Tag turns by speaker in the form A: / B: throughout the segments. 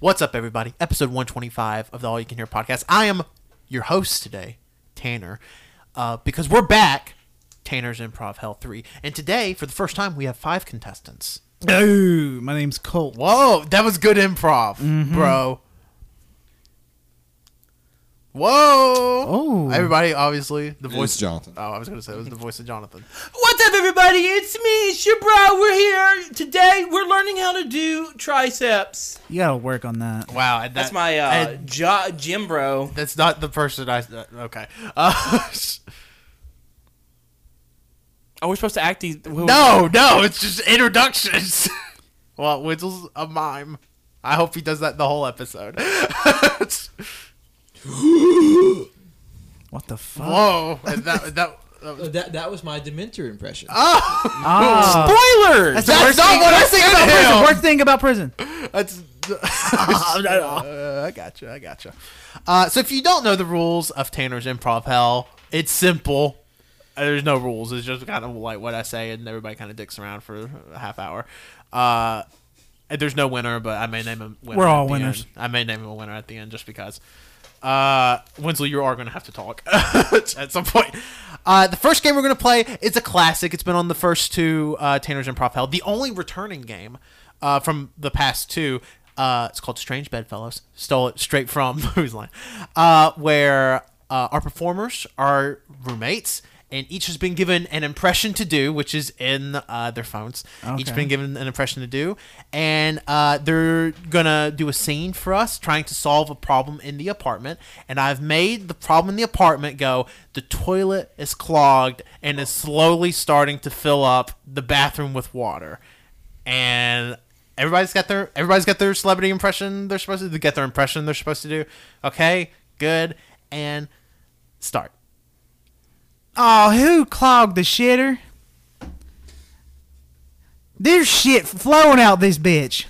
A: What's up, everybody? Episode 125 of the All You Can Hear podcast. I am your host today, Tanner, uh, because we're back, Tanner's Improv Hell 3. And today, for the first time, we have five contestants.
B: Oh, my name's Colt.
A: Whoa, that was good improv, bro. Whoa!
B: Oh.
A: Everybody, obviously, the voice.
C: It's Jonathan.
A: Oh, I was going to say it was the voice of Jonathan.
D: What's up, everybody? It's me, it's your bro. We're here today. We're learning how to do triceps.
B: You gotta work on that.
A: Wow, and that-
D: That's my uh,
A: and
D: jo- gym bro.
A: that's not the person I. Okay. Uh,
D: Oh, we're supposed to act these.
A: No, no, it's just introductions. well, Wenzel's a mime. I hope he does that the whole episode.
B: What the fuck?
A: Whoa, and that that. that was-
E: that that was my Dementor impression.
A: Oh,
B: Ah,
D: Spoilers!
B: the
A: that's
B: worst
A: not
B: thing-
A: what I said
B: about
A: to
B: prison.
A: him.
B: Worst thing about prison.
A: That's. Uh, I gotcha. I gotcha. Uh, so if you don't know the rules of Tanner's Improv Hell, it's simple. Uh, There's no rules. It's just kind of like what I say, and everybody kind of dicks around for a half hour. Uh, and there's no winner, but I may name a winner.
B: We're
A: at
B: all
A: the
B: winners.
A: end. I may name a winner at the end just because. Uh, Winslow, you are going to have to talk at some point. Uh, the first game we're going to play is a classic. It's been on the first two uh, Tanner's Improv Hell. The only returning game uh, from the past two. Uh, it's called Strange Bedfellows. Stole it straight from Who's Line, uh, where uh, our performers are roommates, and each has been given an impression to do, which is in uh, their phones. Each
B: Okay.
A: been given an impression to do, and uh, they're gonna do a scene for us trying to solve a problem in the apartment. And I've made the problem in the apartment go: the toilet is clogged and is slowly starting to fill up the bathroom with water. And everybody's got their everybody's got their celebrity impression they're supposed to get their impression they're supposed to do. Okay, good, and start.
B: Oh, who clogged the shitter? There's shit flowing out this bitch.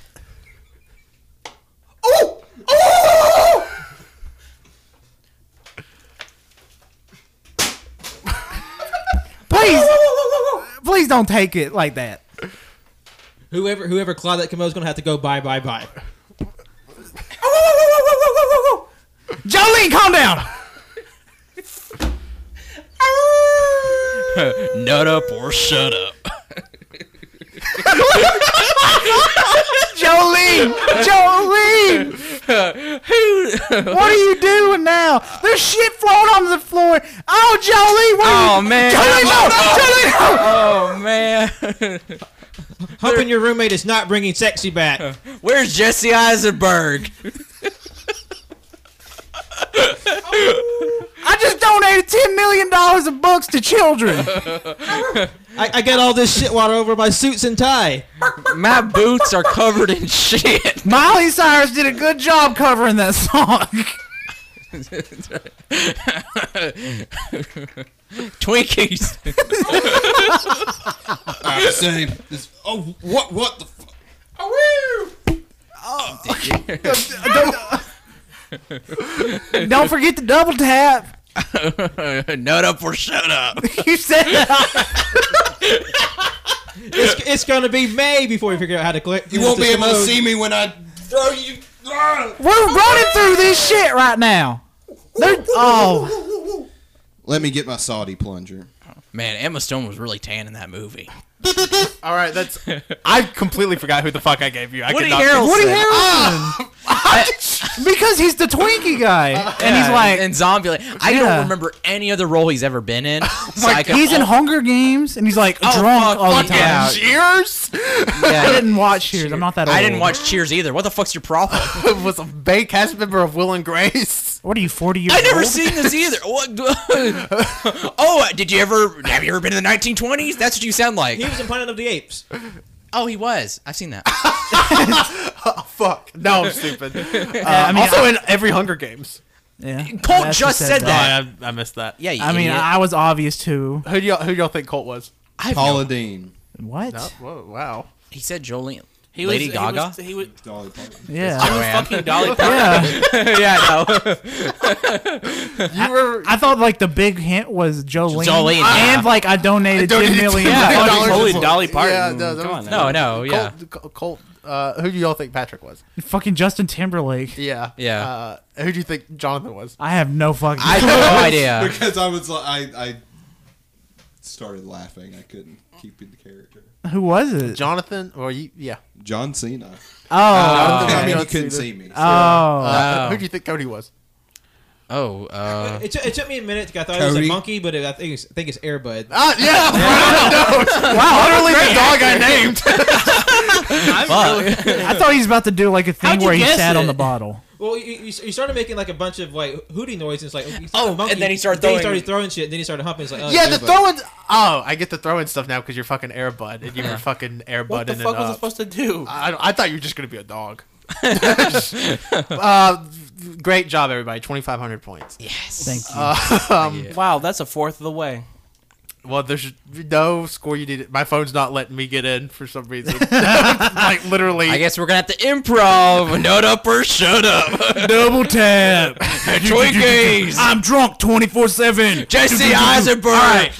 B: Please, please don't take it like that.
E: Whoever whoever clawed that commode is gonna have to go bye bye bye.
B: Jolene, calm down.
C: Nut up or shut up.
B: Jolene, Jolene,
D: Who?
B: what are you doing now? There's shit flowing on the floor. Oh, Jolene, what are
D: oh,
B: you?
D: man.
B: Jolene, no, Jolene, no.
D: Oh, man.
E: Hoping your roommate is not bringing sexy back.
D: Where's Jesse Eisenberg?
B: I just donated ten million dollars of books to children.
E: I, I got all this shit water over my suits and tie.
D: My boots are covered in shit.
B: Miley Cyrus did a good job covering that song.
D: Twinkies.
C: I'm saying this. Oh, what? What the? F-
B: Don't forget to double tap.
D: Nut up or shut up.
B: You said that.
E: It's, it's gonna be May before we figure out how to click.
C: you won't be able to see me when I throw you. Ah!
B: We're running through this shit right now. There- oh,
C: Let me get my Saudi plunger.
D: Man, Emma Stone was really tan in that movie.
A: All right, that's. I completely forgot who the fuck I gave you. I
D: Woody
A: could not-
D: Harrelson.
B: Woody
D: Ah!
B: Harrelson. Uh, because he's the Twinkie guy, and he's
D: Yeah,
B: like,
D: and Zombieland. I
B: Yeah. Oh
D: don't remember any other role he's ever been in. so I can
B: he's in
D: al-
B: Hunger Games, and he's like drunk
D: Oh, fuck,
B: all
D: fuck
B: the time.
D: yeah.
A: Cheers.
B: I didn't watch Cheers. I'm not that old.
D: I didn't watch Cheers either. What the fuck's your problem?
A: was a big cast member of Will and Grace.
B: What are you, 40 years
D: I never
B: old?
D: seen this either. What? oh, did you ever? Have you ever been in the 1920s? That's what you sound like.
E: He was in Planet of the Apes.
D: Oh, he was. I've seen that.
A: Fuck. No, I'm stupid. Uh,
B: I mean,
A: also in every Hunger Games.
B: Yeah.
D: Colt
B: That's
D: just
B: what
D: said that.
F: Oh,
A: I, I missed that.
D: Yeah, you
B: I mean,
D: idiot.
B: I was obvious too.
A: Who do y'all who do y'all think Colt was?
D: I have
C: Paula
D: no-
C: Dean.
B: What?
A: Oh, whoa, wow.
D: he said Jolene.
F: He
D: Lady
F: was,
D: Gaga? Oh,
F: He was, he was
C: Dolly Parton.
B: Yeah.
D: Joanne.
F: fucking Dolly Parton.
B: yeah.
D: yeah, no.
A: You were
B: I thought like the big hint was Jolene.
D: Jolene, yeah.
B: And like I donated,
A: donated
B: ten million.
A: $10
B: dollars.
F: Holy Dolly
A: Yeah,
F: Parton.
A: no, that
F: Come
A: was-
F: on
D: No,
F: now.
D: no, oh, yeah.
A: Colt, Colt Uh, who do y'all think Patrick was?
B: Fucking Justin Timberlake.
A: Yeah.
F: Yeah.
A: Uh, who do you think Jonathan was?
B: I have no fucking.
F: I have no idea.
C: because I was like, I, I started laughing. I couldn't keep in character.
B: Who was it?
A: Jonathan, or you? Yeah.
C: John Cena.
B: oh.
A: Uh, Okay.
C: I mean, you
A: John
C: couldn't
A: Cena.
C: see me. so-
B: Oh.
A: Uh,
F: Oh.
A: Who do you think Cody was?
F: Oh, uh,
E: It, took- it took me a minute. to- I thought it was
C: Cody?
E: a monkey, but it, I think it's, I think it's Airbud.
A: Ah, yeah. wow. Literally the dog I named.
F: fuck.
B: I thought he was about to do like a thing
D: How'd you
B: where he
D: guess
B: sat on
D: it?
B: the bottle.
E: Well, you, you, you started making like a bunch of like hooting noises, like he's
F: Oh,
E: a monkey.
F: and then he started
E: Then he
F: throwing-
E: started throwing shit. Then he started humping. It's like, oh,
A: yeah, the
E: it's Airbud.
A: throwing. Oh, I get the throwing stuff now because you're fucking Airbud and you were fucking Airbudding
D: What the
A: it
D: fuck was
F: uh,
D: I
A: up.
D: supposed to do?
A: I, don't- I thought you were just gonna be a dog. uh, great job, everybody. Twenty five hundred points.
B: Thank you.
A: Uh,
F: Yeah.
D: Um, Wow, that's a fourth of the way.
A: Well, there's no score you needed. My phone's not letting me get in for some reason. like literally.
F: I guess we're gonna have to improv. Nut up or shut up.
B: Double tap.
F: Twinkies.
B: I'm drunk 24 7.
F: Jesse Eisenberg.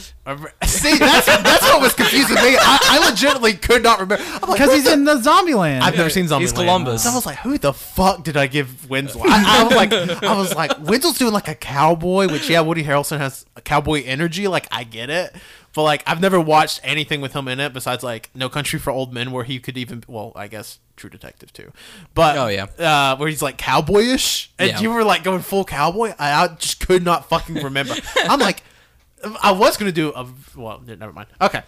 A: See, that's that's what was confusing me. I, I legitimately could not remember. I'm like,
B: Because he's in the zombie land.
A: I've never seen Zombieland.
F: He's Columbus.
A: So I was like, who the fuck did I give Winslow? I, I was like, I was like, Winslow's doing like a cowboy, which yeah, Woody Harrelson has a cowboy energy. Like I get it, but like I've never watched anything with him in it besides like No Country for Old Men, where he could even well, I guess True Detective too, but
F: Oh, yeah.
A: uh, where he's like cowboyish, and
F: Yeah.
A: you were like going full cowboy. I, I just could not fucking remember. I'm like, I was gonna do a well, never mind. Okay,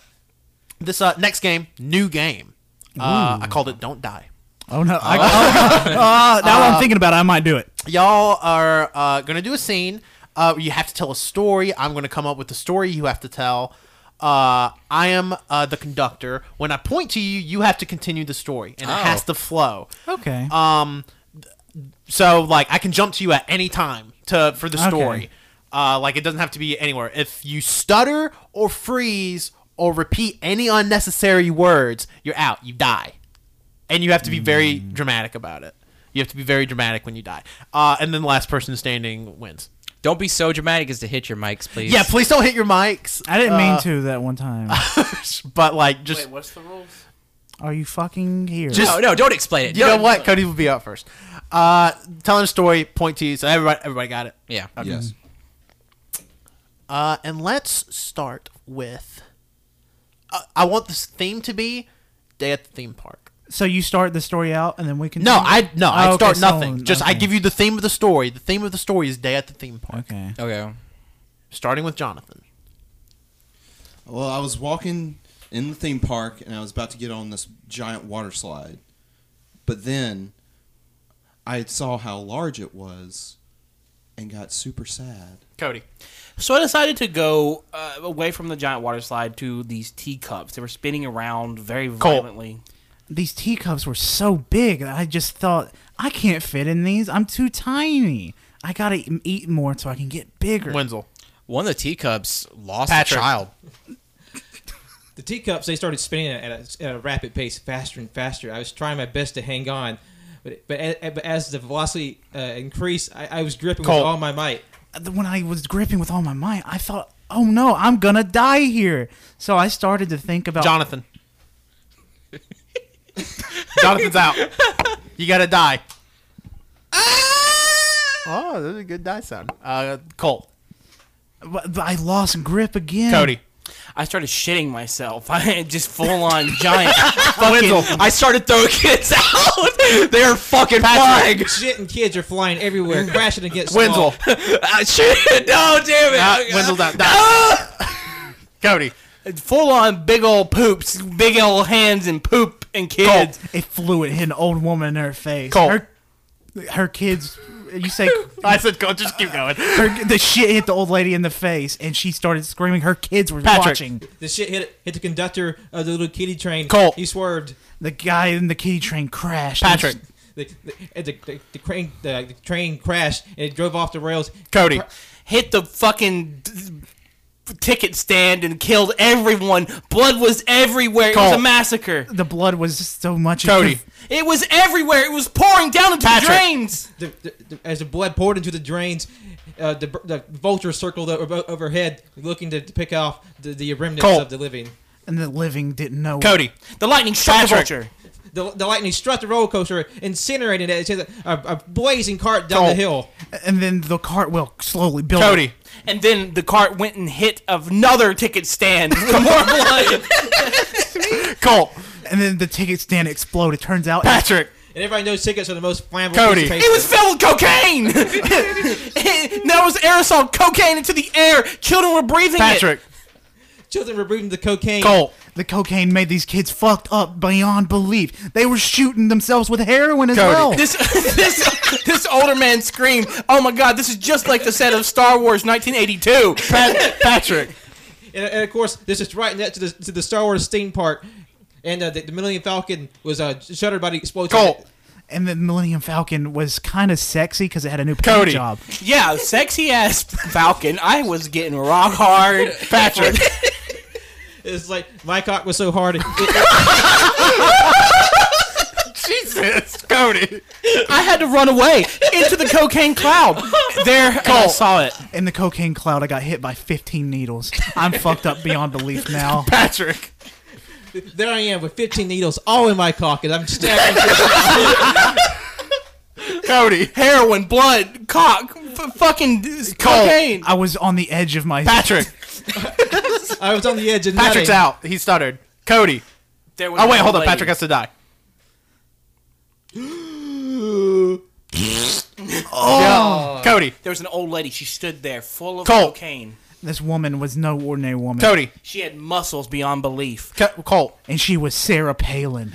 A: this uh, next game, new game. Uh, I called it "Don't Die."
B: oh, no. I, oh, uh, now I'm thinking about it. I might do it.
A: y'all are uh, gonna do a scene. Uh, you have to tell a story. I'm gonna come up with the story you have to tell. Uh, I am uh, the conductor. When I point to you, you have to continue the story, and
F: Oh.
A: it has to flow.
B: Okay.
A: So, like, I can jump to you at any time to for the
B: Okay.
A: story. Uh, like, it doesn't have to be anywhere. If you stutter or freeze or repeat any unnecessary words, you're out. You die, and you have to be very
B: Hmm.
A: dramatic about it. You have to be very dramatic when you die. Uh, and then the last person standing wins.
F: Don't be so dramatic as to hit your mics, please.
A: Yeah, please don't hit your mics.
B: I didn't
A: uh,
B: mean to that one time.
A: But like, just
D: Wait, what's the rules?
B: Are you fucking here?
F: No, no, don't explain it.
A: you know what, Cody will be out first. Uh, telling a story, point to you. So everybody, everybody got it.
F: Yeah.
C: Yes.
A: Uh, and let's start with. Uh, I want this theme to be day at the theme park.
B: so you start the story out and then we can.
A: No, I no, I
B: Oh, okay,
A: start
B: so-
A: nothing. Just I
B: okay.
A: give you the theme of the story. The theme of the story is day at the theme park.
B: Okay.
F: Okay.
A: Starting with Jonathan.
C: Well, I was walking in the theme park and I was about to get on this giant water slide. But then I saw how large it was and got super sad.
A: Cody.
D: So I decided to go uh, away from the giant water slide to these teacups. They were spinning around very violently.
B: These teacups were so big that I just thought I can't fit in these. I'm too tiny. I gotta e- eat more so I can get bigger.
A: Wenzel.
F: One of the teacups lost
A: Patrick.
F: a child.
E: The teacups they started spinning at a, at a rapid pace, faster and faster. I was trying my best to hang on, but but as, but as the velocity uh, increased, I, I was gripping
A: Cole.
E: with all my might.
B: Uh, when I was gripping with all my might, I thought, "Oh no, I'm gonna die here." So I started to think about
A: Jonathan. Jonathan's out. You gotta die. Oh, that's a good die sound. Uh, Colt.
B: But but I lost grip again.
A: Cody.
D: I started shitting myself. I had just full on giant fucking.
A: Wenzel.
F: I started throwing kids out. They're fucking flying.
E: Shit and kids are flying everywhere, crashing against
A: Wenzel.
E: walls.
F: Ah, shit. No, damn it.
A: Uh, Wenzel down. down. Cody.
D: Full on big old poops, big old hands and poop and kids.
B: It flew. It hit an old woman in her face.
A: Cole.
B: Her, her kids. You say
A: I said, go, just keep going.
B: her, the shit hit the old lady in the face, and she started screaming. Her kids were
A: Patrick.
B: watching.
E: The shit hit hit the conductor of the little kitty train.
A: Cole.
E: He swerved.
B: The guy in the kitty train crashed.
A: Patrick.
E: The the, the, the, the crane the, the train crashed and it drove off the rails.
A: Cody.
D: Hit the fucking d- ticket stand and killed everyone. Blood was everywhere. It was
A: Cole.
D: a massacre.
B: The blood was so much.
A: Cody.
D: It was everywhere. It was pouring down into
A: Patrick.
D: the drains.
E: The, the, the, as the blood poured into the drains, uh, the, the vulture circled over, overhead, looking to, to pick off the, the remnants
A: Cole.
E: of the living.
B: And the living didn't know.
A: Cody.
D: The lightning struck
A: Patrick.
D: the vulture.
E: the, the lightning struck the roller coaster, incinerated it. It's just a, a blazing cart down the hill.
B: and then the cartwheel slowly built.
A: Cody.
G: And then the cart went and hit another ticket stand for more blood.
A: Colt.
B: And then the ticket stand exploded. Turns out
A: Patrick.
E: And everybody knows tickets are the most flammable.
A: Cody.
E: piece of
G: It
E: paper.
G: was filled with cocaine. that was aerosol cocaine into the air. Children were breathing
A: Patrick.
E: Children were breathing the cocaine.
A: Colt.
B: the cocaine made these kids fucked up beyond belief. They were shooting themselves with heroin as
A: Cody.
B: well.
G: it. This this this older man screamed, "Oh my God! This is just like the set of Star Wars 1982."
A: Pat- Patrick.
E: And, and of course, this is right next to the, to the Star Wars theme park. And uh, the, the Millennium Falcon was uh, shuttered by the explosion.
A: Colt.
B: and the Millennium Falcon was kind of sexy because it had a new paint
A: Cody.
B: job.
G: Yeah, sexy ass Falcon. I was getting rock hard.
A: Patrick.
E: It's like my cock was so hard. It,
A: Jesus. Cody.
G: I had to run away into the cocaine cloud. There, and I saw it.
B: In the cocaine cloud, I got hit by 15 needles. I'm fucked up beyond belief now.
A: Patrick.
E: it- there I am with 15 needles all in my cock, and I'm stabbing.
A: Cody.
G: Heroin, blood, cock, f- fucking cocaine.
B: I was on the edge of my.
A: Patrick.
E: I was on the edge. And
A: Patrick's
E: nutting.
A: out. He stuttered. Cody.
G: There was
A: Oh wait,
G: one
A: hold on.
G: lady.
A: Patrick has to die. oh. Cody.
G: There was an old lady. She stood there, full of
A: Colt.
G: cocaine.
B: This woman was no ordinary woman.
A: Cody.
G: She had muscles beyond belief.
A: Co- Colt.
B: And she was Sarah Palin.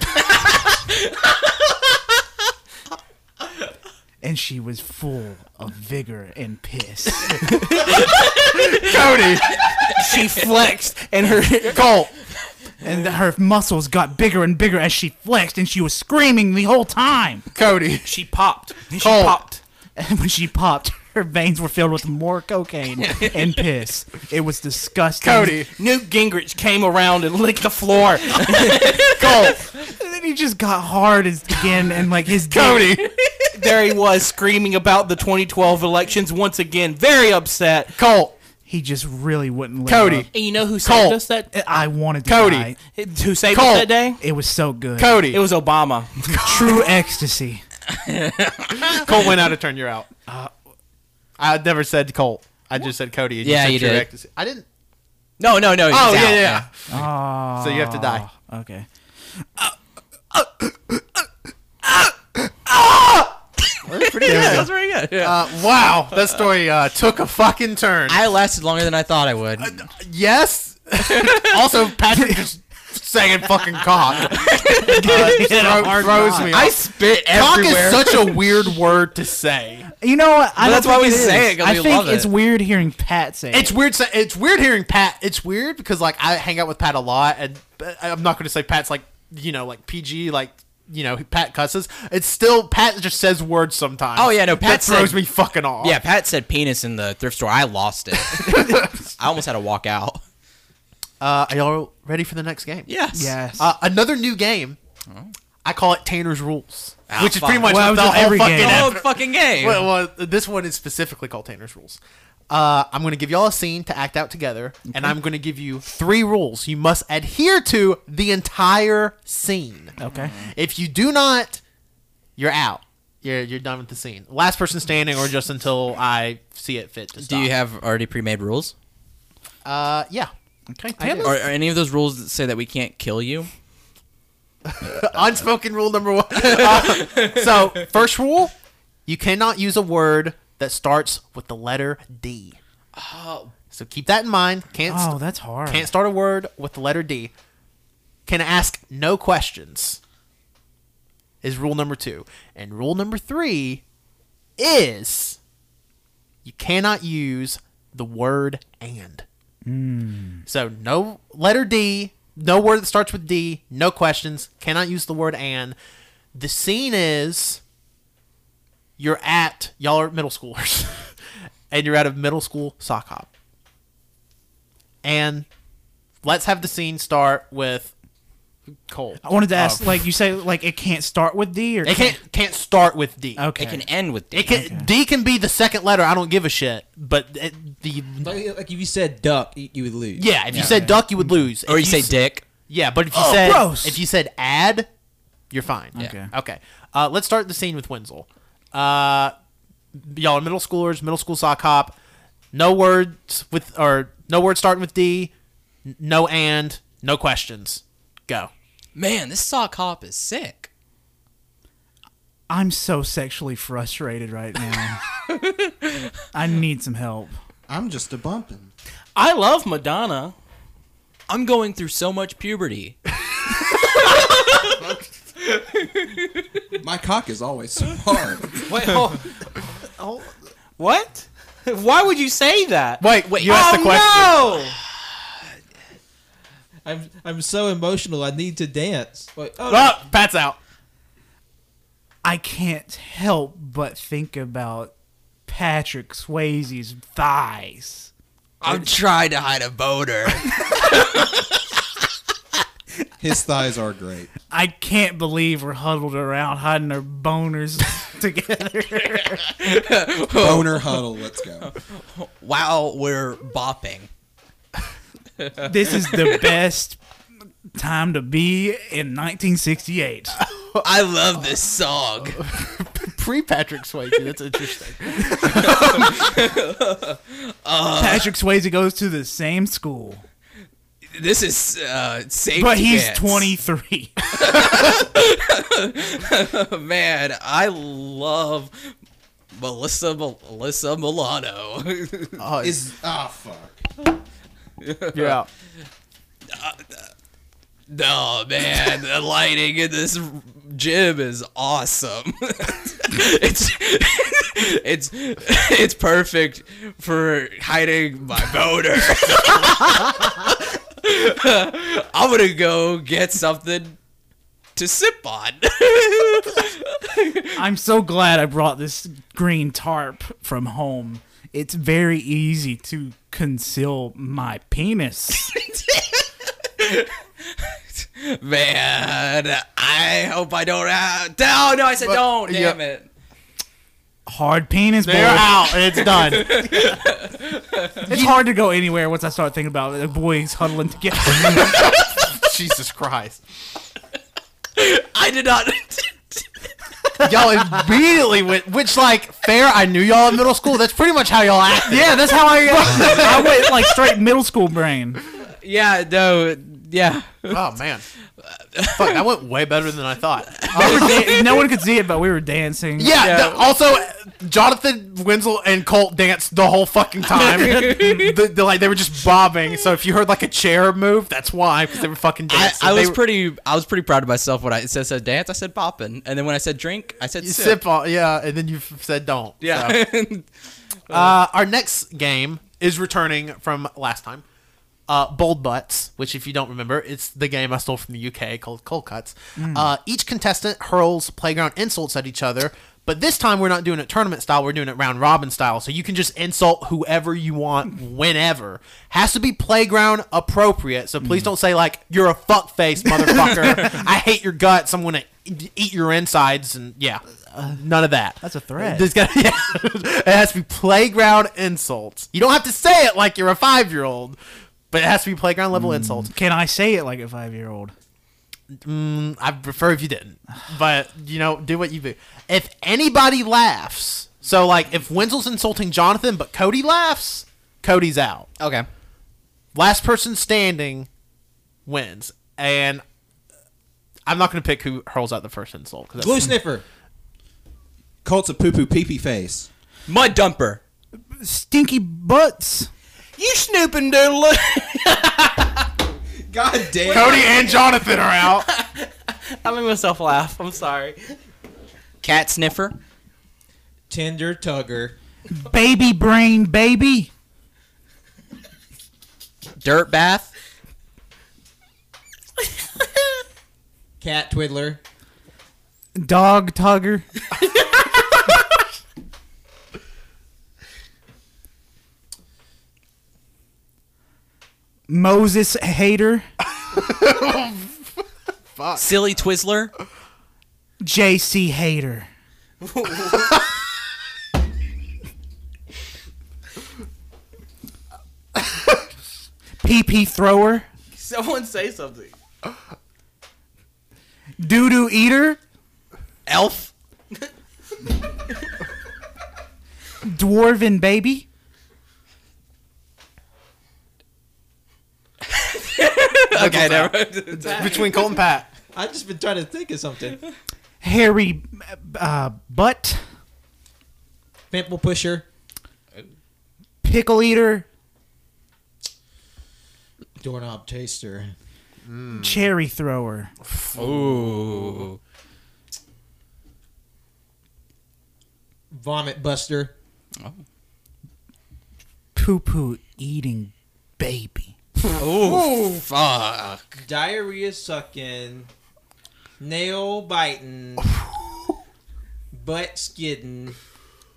B: and she was full of vigor and piss.
A: Cody.
G: She flexed, and her
A: Colt.
B: And her muscles got bigger and bigger as she flexed, and she was screaming the whole time.
A: Cody.
G: she popped. She
A: Colt.
G: popped.
B: And when she popped, her veins were filled with more cocaine and piss. It was disgusting.
A: Cody.
G: Newt Gingrich came around and licked the floor.
A: Colt.
B: And then he just got hard as again, and like his dick-
A: Cody.
G: there he was screaming about the 2012 elections once again, very upset.
A: Colt.
B: He just really wouldn't let
A: Cody.
G: And you know who saved
A: Colt.
G: us that?
B: up. I wanted to
A: Cody.
B: die.
G: Who saved
A: Colt.
G: us that day?
B: It was so good.
A: Cody.
G: It was Obama.
B: True ecstasy.
A: Colt went out of turn. You're out. I never said Colt. I just said Cody. And
F: Yeah,
A: said
F: you
A: True
F: did.
A: Ecstasy. I didn't.
F: No, no, no.
A: Oh
F: he's
A: yeah,
F: out.
A: yeah.
B: Oh,
A: So you have to die.
B: okay.
F: Yeah, That's very good. Yeah.
A: Uh, wow, that story uh, took a fucking turn.
F: I lasted longer than I thought I
A: Uh,
F: would.
A: yes. also, Patrick just saying fucking cock.
B: He had a
A: Thro-
B: hard
A: throws
B: knock.
A: me.
F: I
A: off.
F: spit
A: cock
F: everywhere.
A: is such a weird word to say.
B: You know what? I
F: But
B: don't
F: that's why
B: think
F: we
B: is.
F: say it, 'cause
B: I
F: we
B: think
F: love
B: it's
F: it.
B: weird hearing Pat say
A: It's
B: it.
A: weird. sa- It's weird hearing Pat. It's weird because like I hang out with Pat a lot, and but I'm not going to say Pat's like you know like PG like you know Pat cusses. It's still Pat just says words sometimes.
F: Oh, yeah, no, Pat
A: that throws
F: said-
A: me fucking off.
F: Yeah, Pat said penis in the thrift store. I lost it. I almost had to walk out.
A: Uh, are y'all ready for the next game?
F: Yes.
B: Yes.
A: Uh, another new game. I call it Tanner's Rules,
F: Ah,
A: which is pretty
F: fuck.
A: much
B: Well,
A: what
B: that
A: the
B: was
A: whole
B: every
A: fucking
B: game.
A: app-
F: Oh, fucking game.
A: Well, well, this one is specifically called Tanner's Rules. Uh, I'm going to give y'all a scene to act out together, and I'm going to give you three rules. You must adhere to the entire scene.
B: okay.
A: If you do not, you're out. You're, you're done with the scene. Last person standing, or just until I see it fit to
F: Do
A: stop.
F: you have already pre-made rules?
A: Uh, yeah.
B: Okay.
A: I did.
F: Are, are any of those rules that say that we can't kill you?
A: Unspoken rule number one. Uh, so, first rule you cannot use a word that starts with the letter D. Oh. So keep that in mind. Can't st-
B: Oh, that's hard.
A: Can't start a word with the letter D. Can ask no questions. Is rule number two. And rule number three is you cannot use the word and. So no letter D, no word that starts with D, no questions, cannot use the word and. The scene is you're at, y'all are middle schoolers, and you're at a middle school sock hop. And let's have the scene start with Cole.
B: I wanted to ask,
A: Oh.
B: like you say, like it can't start with D or
A: It can't can't start with D.
B: Okay.
F: It can end with.
A: It can D can be the second letter. I don't give a shit. But it, the
E: Like, like if you said duck, you, you would lose.
A: yeah, if you said duck, you would lose.
F: Mm-hmm. or you
A: If
F: say
A: s-
F: dick.
A: yeah, but if you
B: Oh,
A: said
B: gross.
A: if you said add, You're fine.
B: Okay.
A: Okay. Uh, let's start the scene with Wenzel. Uh, y'all are middle schoolers, middle school sock hop. No words with or no words starting with D. n- No and no questions. Go.
F: Man, this sock hop is sick.
B: I'm so sexually frustrated right now. I need some help.
C: I'm just a bumping.
G: I love Madonna.
F: I'm going through so much puberty.
C: My cock is always so hard.
G: Wait, hold, what? Why would you say that?
A: Wait, wait. You asked the question.
G: oh
E: I'm I'm so emotional. I need to dance. Wait, oh,
A: Oh, Pat's out.
B: I can't help but think about Patrick Swayze's thighs.
F: I'm trying to hide a boner.
C: His thighs are great.
B: I can't believe we're huddled around hiding our boners together. Oh.
C: Boner huddle. Let's go.
F: While we're bopping.
B: this is the best time to be in 1968.
F: I love this song.
A: Pre Patrick Swayze. That's interesting.
B: Patrick Swayze goes to the same school,
F: This is uh, safety
B: but he's
F: dance.
B: 23.
F: Man, I love Melissa Mel- Melissa Milano.
C: Is ah fuck.
A: You're out.
F: no, Oh, man, the lighting in this gym is awesome. it's it's it's perfect for hiding my boner. I'm gonna go get something to sip on.
B: I'm so glad I brought this green tarp from home. It's very easy to conceal my penis.
F: Man, I hope I don't have. No, no, I said don't. Damn it.
B: Hard penis, boy.
A: You're out. and It's done.
B: It's hard to go anywhere once I start thinking about the boys huddling together.
A: Jesus Christ.
F: I did not.
A: Y'all immediately went, which like fair. I knew y'all in middle school. That's pretty much how y'all acted.
B: yeah, that's how I. uh, I went like straight middle school brain.
F: yeah, no, yeah.
A: Oh man. Fuck, that went way better than I thought.
B: We were dan- no one could see it, but we were dancing.
A: Yeah. th- also, Jonathan Winslow and Colt danced the whole fucking time. the, the- like they were just bobbing. So if you heard like a chair move, that's why because they were fucking
F: I,
A: dancing.
F: I
A: They
F: was
A: were-
F: pretty. I was pretty proud of myself when I said, said dance. I said poppin', and then when I said drink, I said
A: You
F: sip.
A: sip on, yeah, and then you f- said don't.
F: Yeah.
A: so. Uh, our next game is returning from last time. Uh, Bold Butts, which if you don't remember, it's the game I stole from the UK called Cold Cuts.
B: Hmm.
A: Uh, each contestant hurls playground insults at each other, but this time we're not doing it tournament style. We're doing it round robin style, so you can just insult whoever you want, whenever. Has to be playground appropriate. So
B: Hmm.
A: please don't say like you're a fuck face motherfucker. I hate your guts. I'm gonna e- eat your insides, and yeah, none of that.
B: Uh, That's a threat.
A: There's gotta- yeah. it has to be playground insults. You don't have to say it like you're a five year old, but it has to be playground level insults.
B: Can I say it like a five year old?
A: I prefer if you didn't, but you know, do what you do. If anybody laughs, so like if Wenzel's insulting Jonathan, but Cody laughs, Cody's out.
F: Okay.
A: Last person standing wins, and I'm not gonna pick who hurls out the first insult. 'cause that's-
E: glue sniffer.
C: Colt's a poo poo pee pee face.
F: Mud dumper.
B: Stinky butts.
G: you snooping doodle.
C: God damn.
A: Cody and Jonathan are out.
G: I made myself laugh. I'm sorry.
F: Cat sniffer.
E: Tinder tugger.
B: Baby brain, baby.
F: Dirt bath.
E: Cat twiddler.
B: Dog tugger. Moses hater.
F: Silly twizzler.
B: JC hater. PP thrower.
G: Someone say something.
B: Doo doo eater,
F: Elf.
B: dwarven baby.
F: Okay, never.
A: Between Colt and Pat.
E: I've just been trying to think of something.
B: hairy uh, butt,
E: Pimple pusher,
B: pickle eater,
E: doorknob taster.
B: cherry thrower.
E: Ooh. Vomit buster.
B: Poo poo eating baby.
F: Oh, fuck.
E: Diarrhea sucking. Nail biting. butt skidding.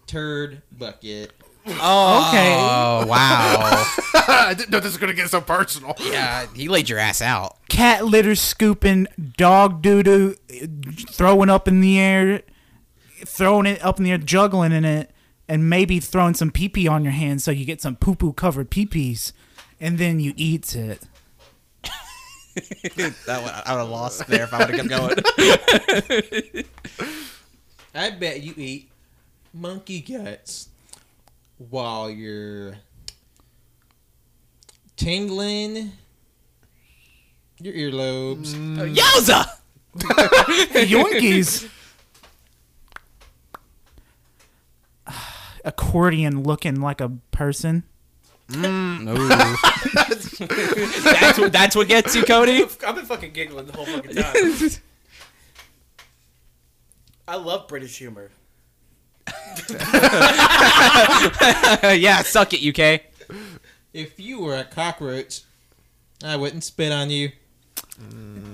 E: Turd bucket.
B: Okay.
F: Oh, wow.
A: I didn't know this was gonna get so personal.
F: yeah, he laid your ass out.
B: Cat litter scooping, dog doo doo throwing up in the air, throwing it up in the air, juggling in it, and maybe throwing some pee pee on your hands so you get some poo poo covered pee pees, and then you eat it.
F: That one, I would have lost there if I would have kept going.
E: I bet you eat monkey guts while you're tingling your earlobes.
F: Yowza!
B: Yoinkies. Accordion looking like a person.
F: That's what, that's what gets you, Cody?
D: I've been fucking giggling the whole fucking time. I love British humor.
F: yeah, suck it, UK.
E: If you were a cockroach, I wouldn't spit on you.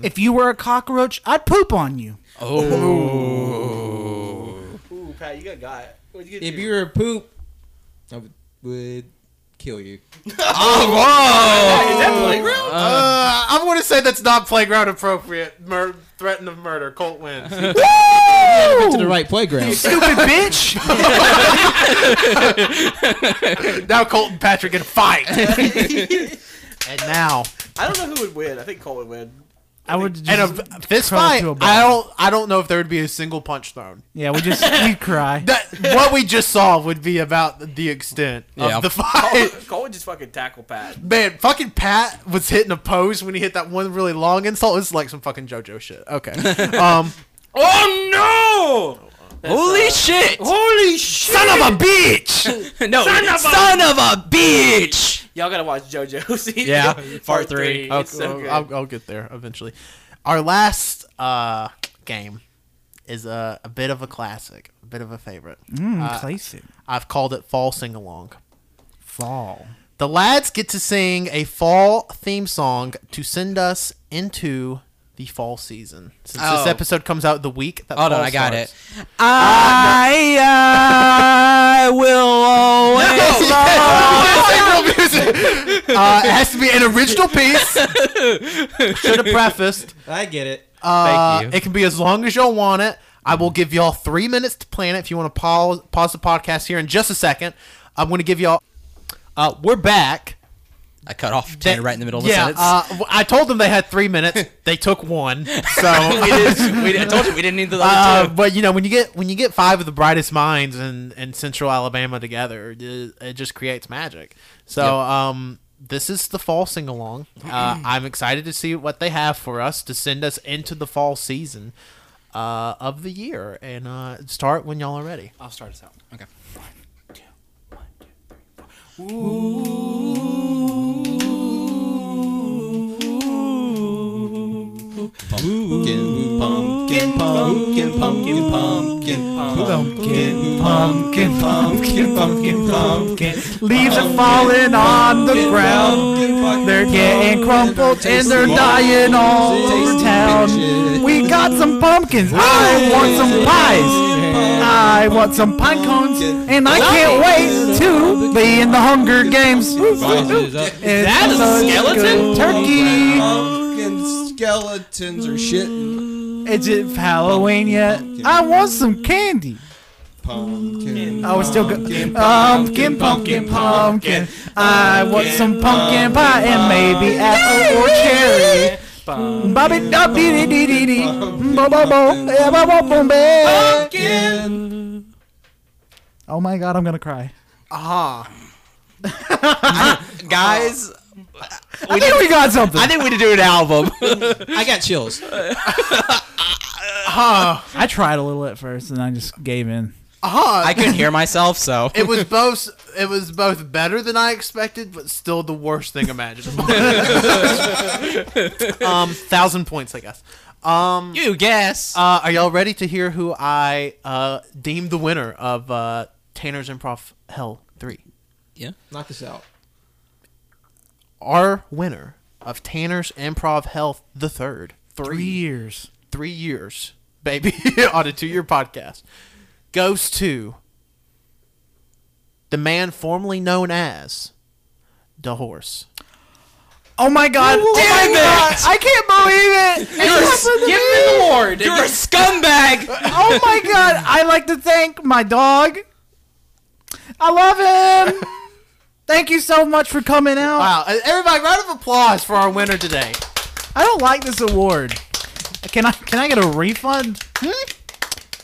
B: If you were a cockroach, I'd poop on you.
D: Ooh, Pat, you got got it. What'd you get
E: If you were a poop, I would, would kill you.
D: Is that playground?
A: Uh, I'm gonna say that's not playground appropriate. Mur- threaten of murder. Colt wins.
E: To the right playground.
B: Stupid bitch.
A: now Colt and Patrick in a fight. and now,
D: I don't know who would win. I think Cole would win.
B: I would just,
A: and a fist
B: Throw it
A: fight.
B: to a
A: I
B: bar.
A: don't. I don't know if there would be a single punch thrown.
B: yeah, we just we cry.
A: That what we just saw would be about the extent
F: Yeah.
A: of the
D: Cole,
A: fight.
D: Cole would just fucking tackle Pat.
A: Man, fucking Pat was hitting a pose when he hit that one really long insult. It's like some fucking JoJo shit. Okay. Um,
D: Oh no!
F: Holy shit!
D: Holy shit!
A: son of a bitch.
F: No, son of, a bitch!
D: Y'all gotta watch JoJo. See?
F: Yeah, part three.
D: It's so
A: I'll-
D: good.
A: I'll, I'll get there eventually. Our last uh, game is a, a bit of a classic, a bit of a favorite. Uh,
B: Mm, place it.
A: I've called it Fall Sing Along.
B: Fall.
A: The lads get to sing a fall theme song to send us into the fall season. Since
F: Oh.
A: this episode comes out the week that
F: Hold on,
A: fall
F: I got
A: starts.
F: it. I, I will always.
A: Oh, Uh, it has to be an original piece. Should have prefaced.
E: I get it.
A: Uh,
F: Thank you.
A: It can be as long as y'all want it. I will give y'all three minutes to plan it. If you want to pause pause the podcast here in just a second, I'm going to give y'all. Uh, we're back.
F: I cut off Tanner right in the middle of the
A: yeah,
F: sentence.
A: uh, w- I told them they had three minutes. they took one. So
F: we didn't, we didn't, I told you we didn't need the
A: Uh,
F: other two.
A: but you know when you get when you get five of the brightest minds in, in Central Alabama together, it, it just creates magic. So um, this is the fall sing along. Uh, I'm excited to see what they have for us to send us into the fall season uh, of the year and uh, start when y'all are ready.
D: I'll start us out.
F: Okay.
C: Pumpkin, pumpkin, pumpkin, pumpkin, pumpkin, pumpkin, pumpkin, pumpkin, pumpkin, pumpkin.
B: Leaves are falling on the ground. They're getting crumpled and they're dying all over town. We got some pumpkins. I want some pies. I want some pine cones. And I can't wait to be in the Hunger Games.
E: Rises up.
B: Is
F: that a skeleton?
B: Turkey.
C: Pumpkin skeletons are shitting.
B: Is it Halloween yet? I want some candy.
C: Pumpkin.
B: I was still good. Pumpkin, pumpkin, pumpkin. I want some pumpkin pie and maybe apple or cherry.
A: fun.
B: Bobby dub dee dee dee dee dee. Bo bo bo. Yeah, bo bo boom ba. Oh my god, I'm gonna cry.
A: Aha.
F: Guys,
B: I think we got something.
F: I think we need to do an album.
E: I got chills.
B: I tried a little at first, and I just gave in.
A: Aha.
F: I couldn't hear myself, so.
A: it was both. It was both better than I expected, but still the worst thing imaginable. um, thousand points, I guess. Um,
F: You guess.
A: uh, are y'all ready to hear who I uh deemed the winner of uh Tanner's Improv Hell Three?
E: Knock this out.
A: Our winner of Tanner's Improv Hell the Third.
B: Three years.
A: three years, baby, on a two year podcast, goes to the man formerly known as the horse.
B: Oh my god! Damn it! I can't believe it!
G: Give me the award.
F: You're a scumbag!
B: oh my god! I like to thank my dog. I love him. Thank you so much for coming out.
A: Wow. Uh, Everybody, round of applause for our winner today.
B: I don't like this award. Can I can I get a refund?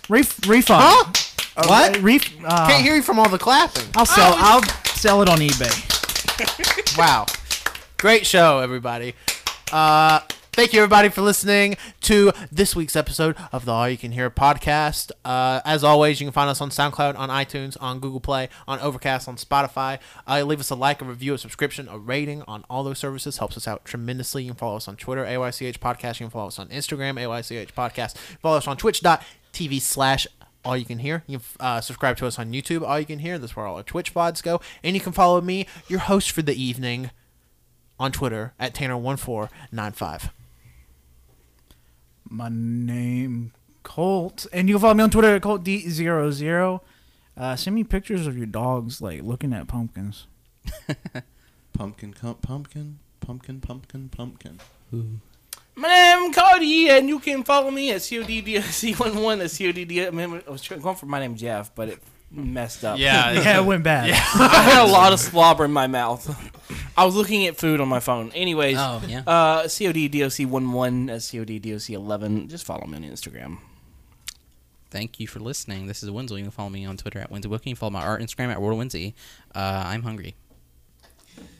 B: Ref, refund.
A: Huh?
B: A
A: What?
B: Ref, uh,
A: Can't hear you from all the clapping.
B: I'll sell. I'll sell it on eBay.
A: Wow. Great show, everybody. Uh, thank you, everybody, for listening to this week's episode of the All You Can Hear podcast. Uh, as always, you can find us on SoundCloud, on iTunes, on Google Play, on Overcast, on Spotify. Uh, leave us a like, a review, a subscription, a rating on all those services. Helps us out tremendously. You can follow us on Twitter, AYCH Podcast. You can follow us on Instagram, AYCH Podcast. Follow us on twitch.tv slash all you can hear. You can uh, subscribe to us on YouTube. All you can hear. That's where all our Twitch pods go. And you can follow me, your host for the evening, on Twitter at Tanner1495.
B: My name Colt, and you can follow me on Twitter at Colt D00. Uh, send me pictures of your dogs like looking at pumpkins.
C: Pumpkin, cum- pumpkin, pumpkin, pumpkin, pumpkin.
G: My name Cody, and you can follow me at CODDC11 at CODD. I was trying- going for my name Jeff, but it messed up.
B: Yeah, it went bad.
G: I had a lot of slobber in my mouth. I was looking at food on my phone. Anyways,
F: Oh, yeah.
G: uh, CODDOC11 at CODDOC11. Just follow me on Instagram.
F: Thank you for listening. This is Winslow. You can follow me on Twitter at Winslow Wilkie. You can follow my art Instagram at World Winsy. Uh, I'm hungry.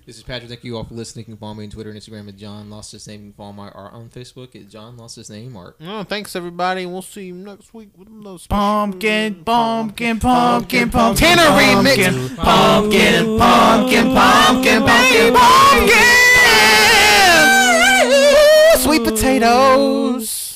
E: This is Patrick. Thank you all for listening. You can follow me on Twitter and Instagram at John Lost His Name. You can follow my art on Facebook at John Lost His Name Art.
A: Oh, thanks, everybody. We'll see you next week with another special-
B: Pumpkin, pumpkin, pumpkin, pumpkin.
A: Tanner
B: pumpkin,
A: remix.
B: Pumpkin, pumpkin, pumpkin, pumpkin, pumpkin.
A: Sweet potatoes.